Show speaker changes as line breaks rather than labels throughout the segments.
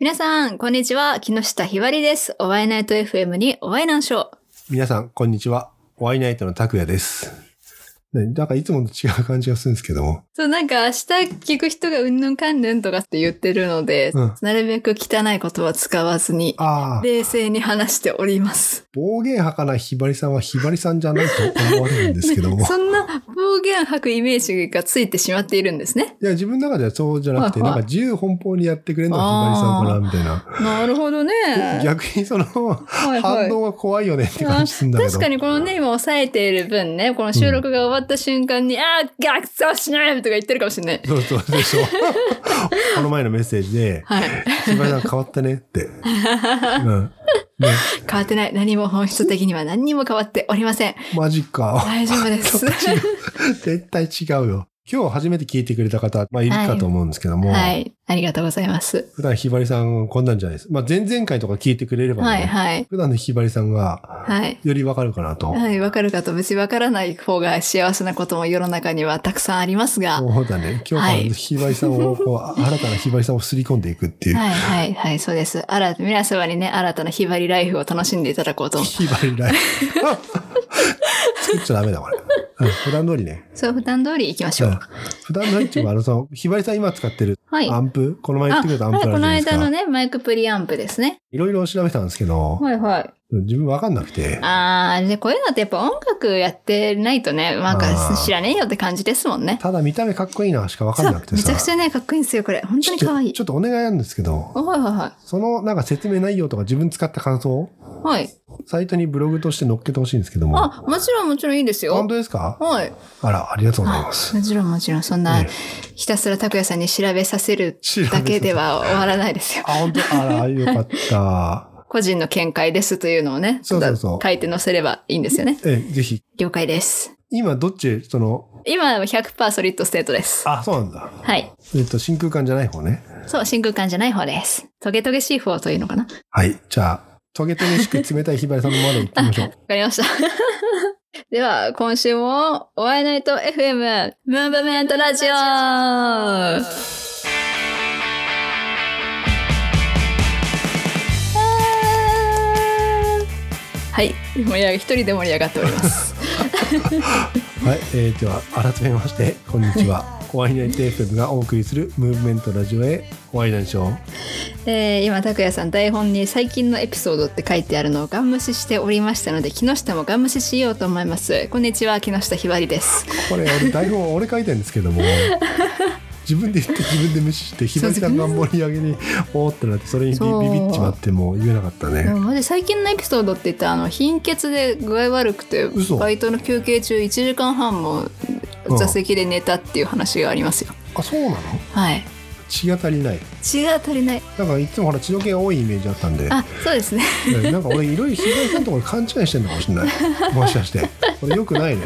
皆さん、こんにちは。木下ひばりです。おワイナイト FM におワイナンショー。
皆さん、こんにちは。ワイナイトの拓也です。ね、なんかいつもと違う感じがするんですけども。
そう、なんか明日聞く人がうんぬんかんぬんとかって言ってるので、
うん
なるべく汚い言葉使わずに、
ああ、
冷静に話しております。
暴言派かなひばりさんはひばりさんじゃないと思われるんですけども。い
そんな暴言吐くイメージがついてしまっているんですね。
や、自分の中ではそうじゃなくて、
はい
なん
はい
か自由奔放にやってくれるのはひばりさんかな、みたいな。
なるほどね。
逆にその、
はいはい
反応が怖いよねって感じするんだけど。
確かにこのね、今抑えている分ね、この収録が終わった瞬間に、あー、学習しないとか言ってるかもしれない。
そうそうでし ょ。この前のメッセージで、
はい。
ひばりさん変わった ねって。うん。ね、
変わってない。何も本質的には何にも変わっておりません。
マジか。
大丈夫です。
絶対違うよ。今日初めて聞いてくれた方、まあ、いるかと思うんですけども、
はい。ありがとうございます。
普段ひばりさんこんなんじゃないです。まあ、前々回とか聞いてくれれば、ね
はいはい。
普段のひばりさんが、
はい。
よりわかるかなと。
はい、わかるかと、別にわからない方が幸せなことも世の中にはたくさんありますが、
そうだね。今日
は
か
い
らひばりさんを、こう、新たなひばりさんをすり込んでいくっていう。
はいはいはい、そうです。新た、皆様にね、新たなひばりライフを楽しんでいただこうと。
ひばりライフ。作っちゃダメだ、これ。うん普段通りね。
そう、普段通り行きまし
う
ょ
ん
う。
普段通りっていうか、あの、その、ひばりさん今使ってる
はい。
ア
あ、
ンプ、この前言ってくれたアンプ
はい、
あるじ
こ
ゃ
の
ないです
間の
か。
ね、マイクプリアンプですね。
いろいろ調べたんですけど、
はいはい。
自分わかんなくて。
あー、で、こういうのってやっぱ音楽やってないとね、なん
あ
か
ー
知らねえよって感じですもんね。
ただ見た目かっこいいなしかわかん
そ
な
う
く、て
め
さ。
ちゃくちゃね、かっこいいんですよ、これ。本当に可愛い
ちょ。っとちょっとお願いなんですけど、
はいはいは
そのなんか説明内容とか自分使った感想、
い。はい。
サイトにブログとして載っけてほしいんですけども。
あ、もちろんもちろんいいですよ
本。当ですか
はい。
あら、ありがとうございます。
もちろんもちろん、そんな
ね、
ひたすら拓也さんに調べさせるだけでは終わらないですよ。
あ、本当あら、よかった。
個人の見解ですというのをね、
そうそうそう
ただ書いて載せればいいんですよね。
え、ぜひ、
了解です。
今どっち、その、
今は100%ソリッドステートです。
あ、そうなんだ。
はい。
えっと、真空管じゃない方ね。
そう、真空管じゃない方です。トゲトゲしい方というのかな。
はい。じゃあ、トゲトゲしく冷たいひばりさんのまで行ってみましょう。
わかりました。では、今週も、お会いナイト FM、ムーブメントラジオあーはい、盛り上が一人で盛り上がっております。
はい、えー、では改めましてこんにちはホワイナイト FM がお送りするムーブメントラジオへホワイナイトショー
えー、今、拓也さん台本に最近のエピソードって書いてあるのをガン無視しておりましたので、木下もガン無視しようと思います。こんにちは、木下ひばりです。
これ俺台本俺書いてるんですけど も自分で言って自分で無視してひばりさんが盛り上げにおーってなってそれにビ
そう
ビビっちまってもう言えなかった
で
ね
もマジ最近のエピソードって言ったらあの貧血で具合悪くて
嘘
バイトの休憩中1時間半も
うん
座席で寝たっていう話がありますよ、
あそうなの
はい
血が足りない
血が足りない
なんかいつもほら血の気が多いイメージあったんで
あそうですね
ねなんか俺いろいろひばりさんとこ勘違いしてんのかもしれないもしかしてこれよくないね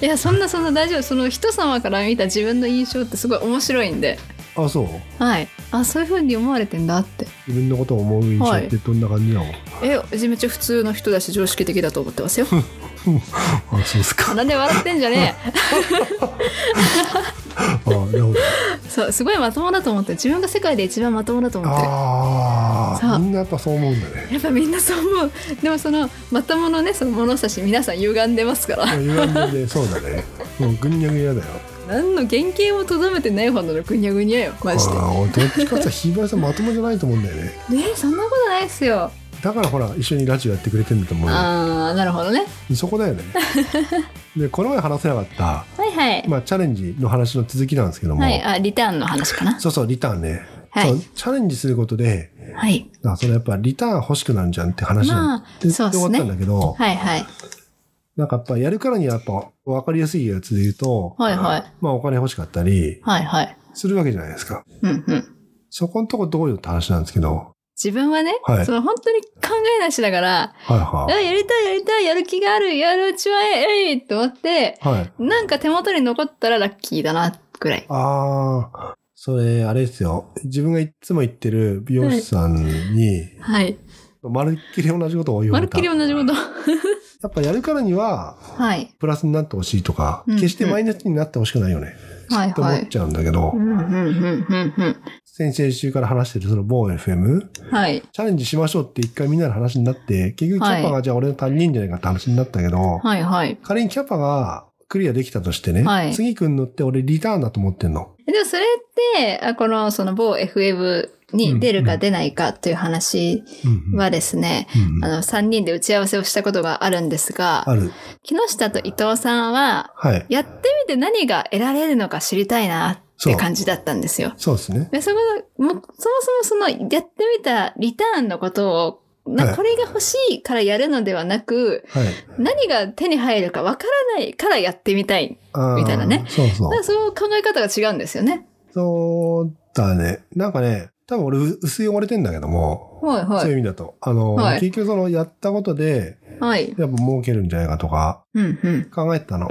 いやそんなそんな大丈夫その人様から見た自分の印象ってすごい面白いんで
あそう
はいあそういう風に思われてんだって
自分のことを思う印象ってどんな感じなの、
えじめちゃ普通の人だし常識的だと思ってますよ
あそうですか
なんで笑ってんじゃねえ
あなるほど
そうすごいまともだと思って自分が世界で一番まともだと思ってる
あ
そ
あ
う
みんなやっぱそう思うんだね
やっぱみんなそう思うでもそのまたものねその物差し皆さん歪んでますから
歪んでねそうだねもうぐにゃぐにゃだよ
何の原型もとどめてないほどのぐにゃぐにゃよマジで
あー俺どっちかってひばりさんまともじゃないと思うんだよね
ねそんなことないっすよ
だからほら一緒にラジオやってくれてるんだと思うよ
あーなるほどね
そこだよねでこの前話せなかった、
はいはい、
まあ、チャレンジの話の続きなんですけども、
はいあリターンの話かな
そうそうリターンね、
はい
そうチャレンジすることで
はい
あそれやっぱリターン欲しくなるじゃんって話なん
まあそうっ
って
す
思
ね
ったんだけど、
はいはい
なんかやっぱやるからにはやっぱ分かりやすいやつで言うと、
はいはい
まあ、お金欲しかったり
はいはい
するわけじゃないですか。
うんうん
そこのとこどうよって話なんですけど。
自分はね、
はい
その本当に考えなしだから、
はい
あ
は
やりたいやりたい、やる気がある、やるうちはえええいと思って、
い。はい。
なんか手元に残ったらラッキーだな、ぐらい。
ああ、それ、あれですよ。自分がいつも言ってる美容師さんに、
はい。
まるっきり同じことを言
ま
わ
る
れ。
ったきり同じこと。
やっぱやるからには、
はい。
プラスになってほしいとか、
うん
決してマイナスになってほしくないよね。
はいはい
と思っちゃうんだけど、
うんうんうんうん
先々週から話してるその某 FM、
うん。はい。
チャレンジしましょうって一回みんなの話になって、結局キャパ
は
がじゃあ俺の足りないんじゃないかって話になったけど、
はいはい。
仮にキャパがクリアできたとしてね、
はい
次くんのって俺リターンだと思ってんの。
でもそれって、あこの、その某 FF に出るか出ないかという話
うんうん
はですね、
うんうん
あの、3人で打ち合わせをしたことがあるんですが、
ある。
木下と伊藤さんは、
はい。
やってみて何が得られるのか知りたいなって感じだったんですよ。
そうですね。
で、そこの、もうそもそもその、やってみたリターンのことを、な
はい
これが欲しいからやるのではなく、
はい。
何が手に入るかわからないからやってみたい。
あー
みたいなね
そうそ
だ
う
か。らそう考え方が違うんですよね。
そうだね。なんかね、多分俺う薄い汚れてんだけども、
はい
そう
は
いう
い。
意味だと。あの、
はい
結局そのやったことで、
はい。
やっぱ儲けるんじゃないかとか
うんうん。
考えてたの。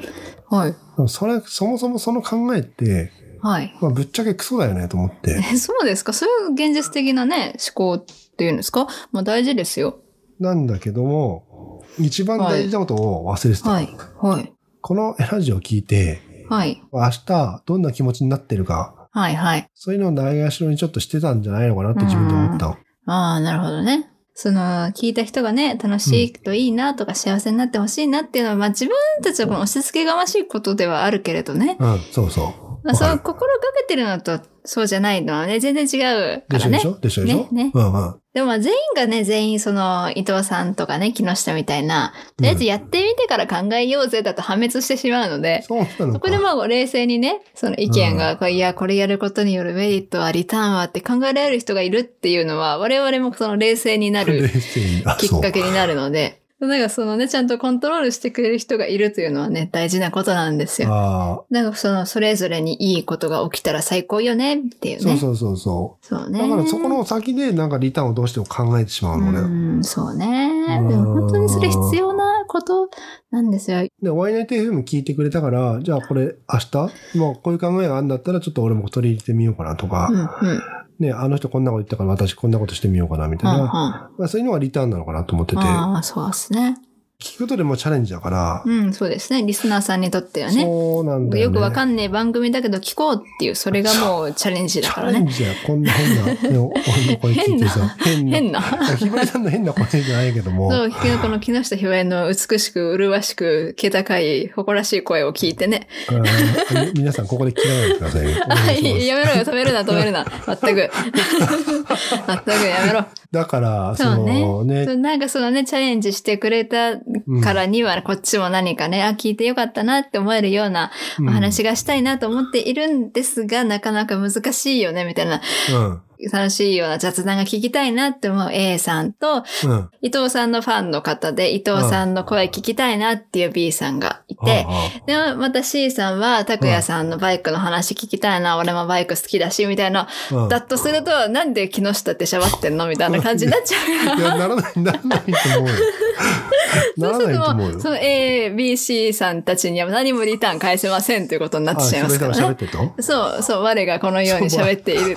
はい。
でもそれ、そもそもその考えって、
はい。
まあ、ぶっちゃけクソだよねと思って。
えそうですかそういう現実的なね、思考っていうんですかまあ大事ですよ。
なんだけども、一番大事なことを忘れてた。
はい。はい。
このラジオを聞いて、
はい。
明日どんな気持ちになってるか、
はいはい。
そういうのをないがしろにちょっとしてたんじゃないのかなって自分で思ったの。
ああ、なるほどね。その、聞いた人がね、楽しいといいなとか、幸せになってほしいなっていうのは、まあ自分たちはこの押し付けがましいことではあるけれどね。
うん、そうそう。
まあ、
わ
そ
か
う
る
心がけてるのと、そうじゃないのはね、全然違うか
でし
らね
ょでし。ょでしょでしょ
ねね
うんうん。
でもまあ全員がね、全員その、伊藤さんとかね、木下みたいな、とりあえずやってみてから考えようぜだと破滅してしまうので、
そうなの
そ
か。
こでまあ冷静にね、その意見が、こういや、これやることによるメリットは、リターンはって考えられる人がいるっていうのは、我々もその冷静にな
冷
る
静に。あ
きっ
そう
かけになるので、なんかそのね、ちゃんとコントロールしてくれる人がいるというのはね、大事なことなんですよ。
ああ、
なんかその、それぞれにいいことが起きたら最高よねっていうね。
そうそうそうそ
そう
う。
ね。
だからそこの先でなんかリターンをどうしても考えてしまうのね。
うん、そうね。
うん
でも本当にそれ必要なことなんですよ。
で、ワイナイト FM 聞いてくれたから、じゃあこれ明日、まあこういう考えがあるんだったらちょっと俺も取り入れてみようかなとか、
うん、うん。うん、
ね、あの人こんなこと言ったから私こんなことしてみようかなみたいな、
あ
まあそういうのがリターンなのかなと思ってて、
あ、そうですね。
聞くことでもチャレンジだから、
うん、そうですね。リスナーさんにとってはね。
そうなんだよね。
よくわか
ん
んねえ番組だけど聞こうっていう、それがもうチャレンジだから
チャレン
ね。
ジだよ。こんな変な、ね お俺の声聞いてさ、変な。
変な。
ひばりさんの変な声じゃないけども、
そう、昨日この木下ひばりの美しく、麗しく、気高い、誇らしい声を聞いてね。
うん皆さんここで切らないでください ね。お願
はい
します
い、やめろよ、止めるな、止めるな。全 く。全くやめろ。
だから、そ
そうね
のね
そうなんかそのね、チャレンジしてくれたからには、こっちも何かね、あ、聞いてよかったなって思えるようなお話がしたいなと思っているんですが、なかなか難しいよね、みたいな、
うん、
楽しいような雑談が聞きたいなって思う A さんと、
うん。うん
伊藤さんのファンの方で、伊藤さんの声聞きたいなっていう B さんがいて、
あ
で、また C さんは、拓也さんのバイクの話聞きたいな、俺もバイク好きだし、みたいな。
あうん
だとすると、なんで木下ってしゃばってんのみたいな感じになっちゃうから
い。や、ならない、ならないと 思うよ。 ならないと思うよ。
その A、B、C さんたちには何もリターン返せませんということになっ
あ、
てしまいますか
が
ら
喋っ
ね。
てと
そう、そう、我がこのように喋っている。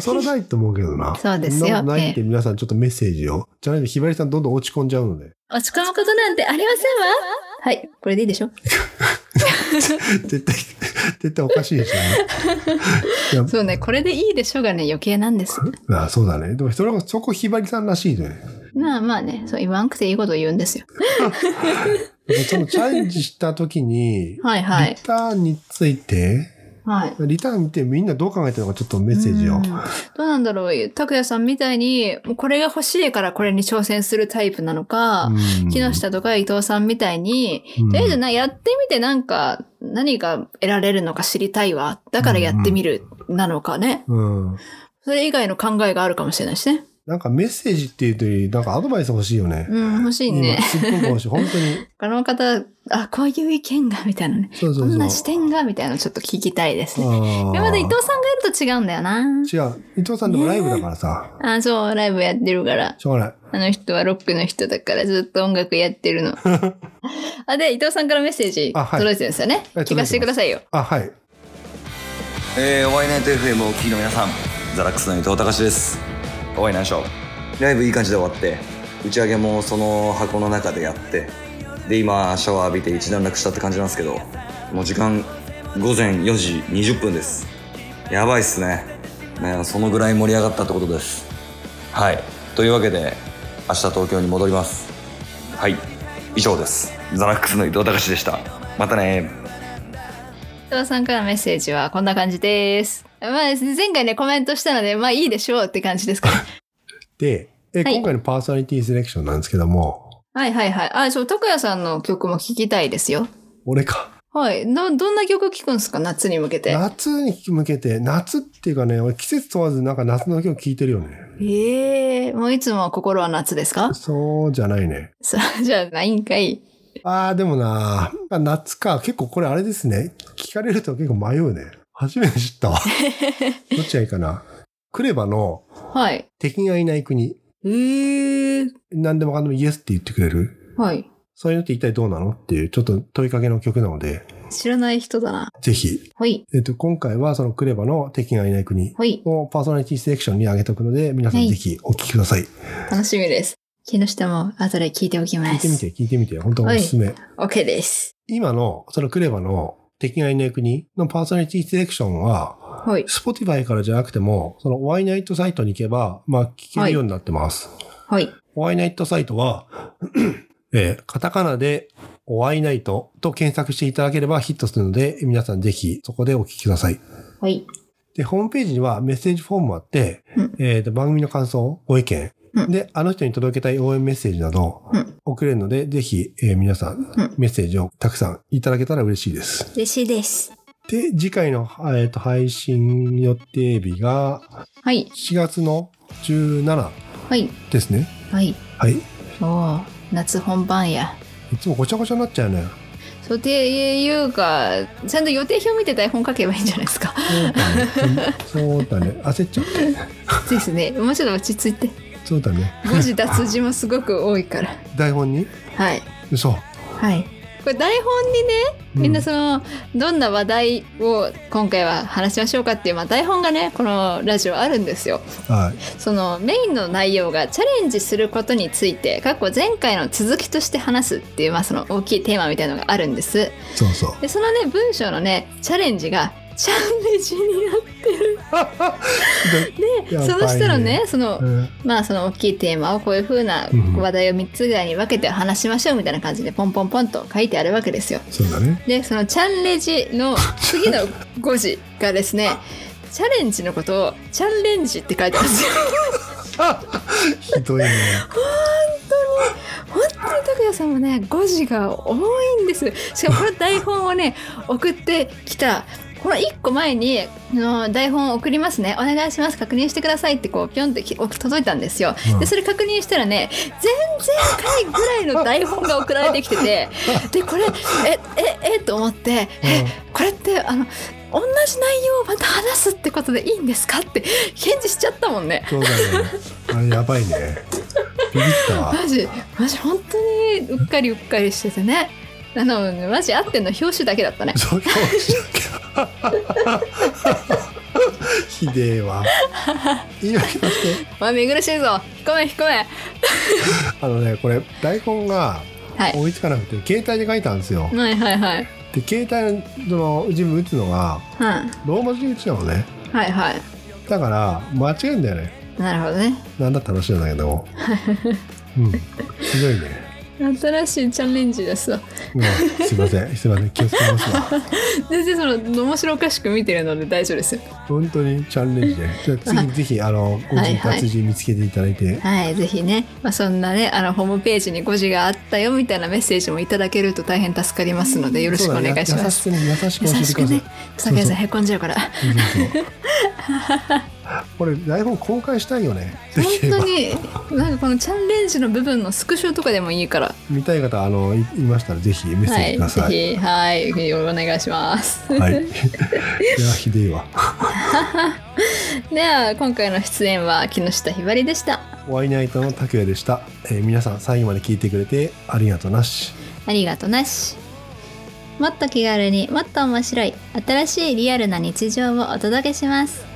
それはないと思うけどな。
そうですよ
そんなこと ないって皆さんちょっとメッセージを。じゃないとひばりさんどんどん落ち込んじゃうので。
落ち込むことなんてありませんわ。はい、これでいいでしょ
絶対、 絶対おかしいでしょ、ね。い
そうね、これでいいでしょがね、余計なんです。
やあそうだね。でもそれはそこひばりさんらしいよね。
まあまあね、そう言わんくていいこと言うんですよ。
そのチャレンジした時に、
はいはい
リ。ターンについて、
はい。
リターン見てみんなどう考えてるのかちょっとメッセージ
う
を
ん。どうなんだろう拓也さんみたいに、もうこれが欲しいからこれに挑戦するタイプなのか、
うん
木下とか伊藤さんみたいに、とりあえずな、やってみてなんか、何が得られるのか知りたいわ。だからやってみる、なのかね。
うん。うん
それ以外の考えがあるかもしれないしね。
なんかメッセージっていうというよりなんかアドバイス欲しいよね。
うん、欲しいね
今。すっごく欲しい。本当に。
他の方、あ、こういう意見が、みたいなね。
そう
こ。
そうそうん
な視点が、みたいなのちょっと聞きたいですね。
あー
今まで伊藤さんがいると違うんだよな。
違う。伊藤さんでもライブだからさ。
あ、そう、ライブやってるから。
しょうがない。
あの人はロックの人だからずっと音楽やってる の。あ、で、伊藤さんからメッセージ
あはい
届いてるんですよね。
はい
聞かせてくださいよ。
あ、はい。
えー、ワイナイト FM をお聞きの皆さんザラックスの伊藤隆ですワイナイショーライブいい感じで終わって打ち上げもその箱の中でやってで今シャワー浴びて一段落したって感じなんですけどもう時間午前4時20分ですやばいっすねねそのぐらい盛り上がったってことですはいというわけで明日東京に戻りますはい以上ですザナックスの伊藤隆でしたまたね
伊藤さんからのメッセージはこんな感じ です。まあ、前回ね、コメントしたので、まあいいでしょうって感じですかね。
で、え
はい
今回のパーソナリティセレクションなんですけども、
はいはいはい。あ、そう、拓也さんの曲も聴きたいですよ。
俺か。
はい。ど、どんな曲聴くんですか夏に向けて。
夏に向けて、夏っていうかね、俺季節問わずなんか夏の曲聴いてるよね。
ええもういつも心は夏ですか
そうじゃないね。
そう、じゃあないんかい。
あー、でもなあ夏か。結構これあれですね。聞かれると結構迷うね。初めて知ったわ。どっちがいいかな。クレバの
はい。
敵がいない国。
ええ
何でもかんでもイエスって言ってくれる。
はい。
そういうのって一体どうなのっていう、ちょっと問いかけの曲なので、
知らない人だな。
ぜひ。
ほい。
えっと、今回はそのクレバの敵がいない国
ほい。
をパーソナリティセレクションに上げておくので、皆さんぜひお聞きください。
楽しみです。木下も後で聞いておきま
聞いて
す。
みて、聞いてみて。本当おすすめ。
OK です。
今の、そのクレバの敵がいない国のパーソナリティセレクションは、
はい。
Spotify からじゃなくても、そのワイナイトサイトに行けば、まあ聞けるようになってます。
はい。
ワイナイトサイトは、えーカタカナでワイナイトと検索していただければヒットするので、皆さんぜひそこでお聞きください。
はい。
で、ホームページにはメッセージフォームもあって、
うん
えーと、番組の感想、ご意見、
うん
で、あの人に届けたい応援メッセージなど
うん、
送れるので、ぜひ、えー皆さん、
ん
メッセージをたくさんいただけたら嬉しいです。
嬉しいです。
で、次回の、えーと、配信予定日が、
はい。
4月の17
はい。
ですね。
はい。
はい。い
おー夏本番や。
つもごちゃごちゃになっちゃ うね。
そうていうか、ちゃんと予定表見て台本書けばいいんじゃないですか。
そうだね。そうだね。焦っちゃった。
ですね。もうちょっと落ち着いて。
そうだね。
誤字脱字もすごく多いから。
台本に
はい。
嘘。
はい。これ台本にね、みんなその、どんな話題を今回は話しましょうかっていう、まあ、台本がね、このラジオあるんですよ。
はい。
そのメインの内容がチャレンジすることについて、過去前回の続きとして話すっていう、まあその大きいテーマみたいなのがあるんです。
そうそう。
で、そのね、文章のね、チャレンジが、チャンネジになって
で
その下のね、、その
う、ん
まあその大きいテーマをこういう風な
うん
話題を3つぐらいに分けて話しましょうみたいな感じでポンポンポンと書いてあるわけですよ。
そうだね。
でそのチャンレジの次の5時がですねチャレンジのことをチャンレンジって書いてあるんですよ。
ひどいね。
本当に拓哉さんもね5時が重いんです。しかもこの台本をね 送ってきたこの1個前にあの台本を送りますねお願いします確認してくださいってこうピョンってき届いたんですよ。
うん
でそれ確認したらね前々回ぐらいの台本が送られてきて てでこれえええと思ってえこれってあの同じ内容をまた話すってことでいいんですかって返事しちゃったもんね
そうだね。あれやばいね。ビビったわ。
マジマジ本当にうっかりうっかりしててねあのマジ合ってんの表紙だけだ ったね
そう表紙だけど。ひでえわ。言い訳として。
お前見苦しいぞ引っ込め引っ込め
あのね、これ、台本が
はい
追いつかなくて、携帯で書いたんですよ。
はいはいはい
で、携帯の自分打つのが、
は
ローマ字打ちなのね。
いはいはい
だから、間違えんだよね。
なるほどね
なんだって話なんだけど。うん。ひどいね。
新しいチャレンジですわ
うん、すいません。すいません。気をつけますわ。
全然その面白おかしく見てるので大丈夫ですよ
本当にチャンレ ンジで。じゃあ次、ぜひ、あの、ご
はい
人
はい
達人見つけていただいて。
はいぜひね、まあ、そんなねあのホームページに誤字があったよみたいなメッセージもいただけると大変助かりますのでよろしくお願いします
そうだねや優しくね、
優
優
し
しく
く
教えて
ね
くださ
桜井
い。そ
さ
うん
へこんじゃうから
そう そうこれ、台本公開したいよね。できれば
本。当になんかこのチャンレンジの部分のスクショとかでもいいから
見たい方、あの、いいましたら、ぜひメッセージくださ。
はいいぜひはいお願いします
はい。いや、ひでえわ。
では今回の出演は木下ひばりでした
ワイナイトの拓也でした、えー皆さん最後まで聞いてくれてありがとうなし。
ありがとなしもっと気軽にもっと面白い新しいリアルな日常をお届けします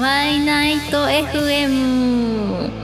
ワイナイト FM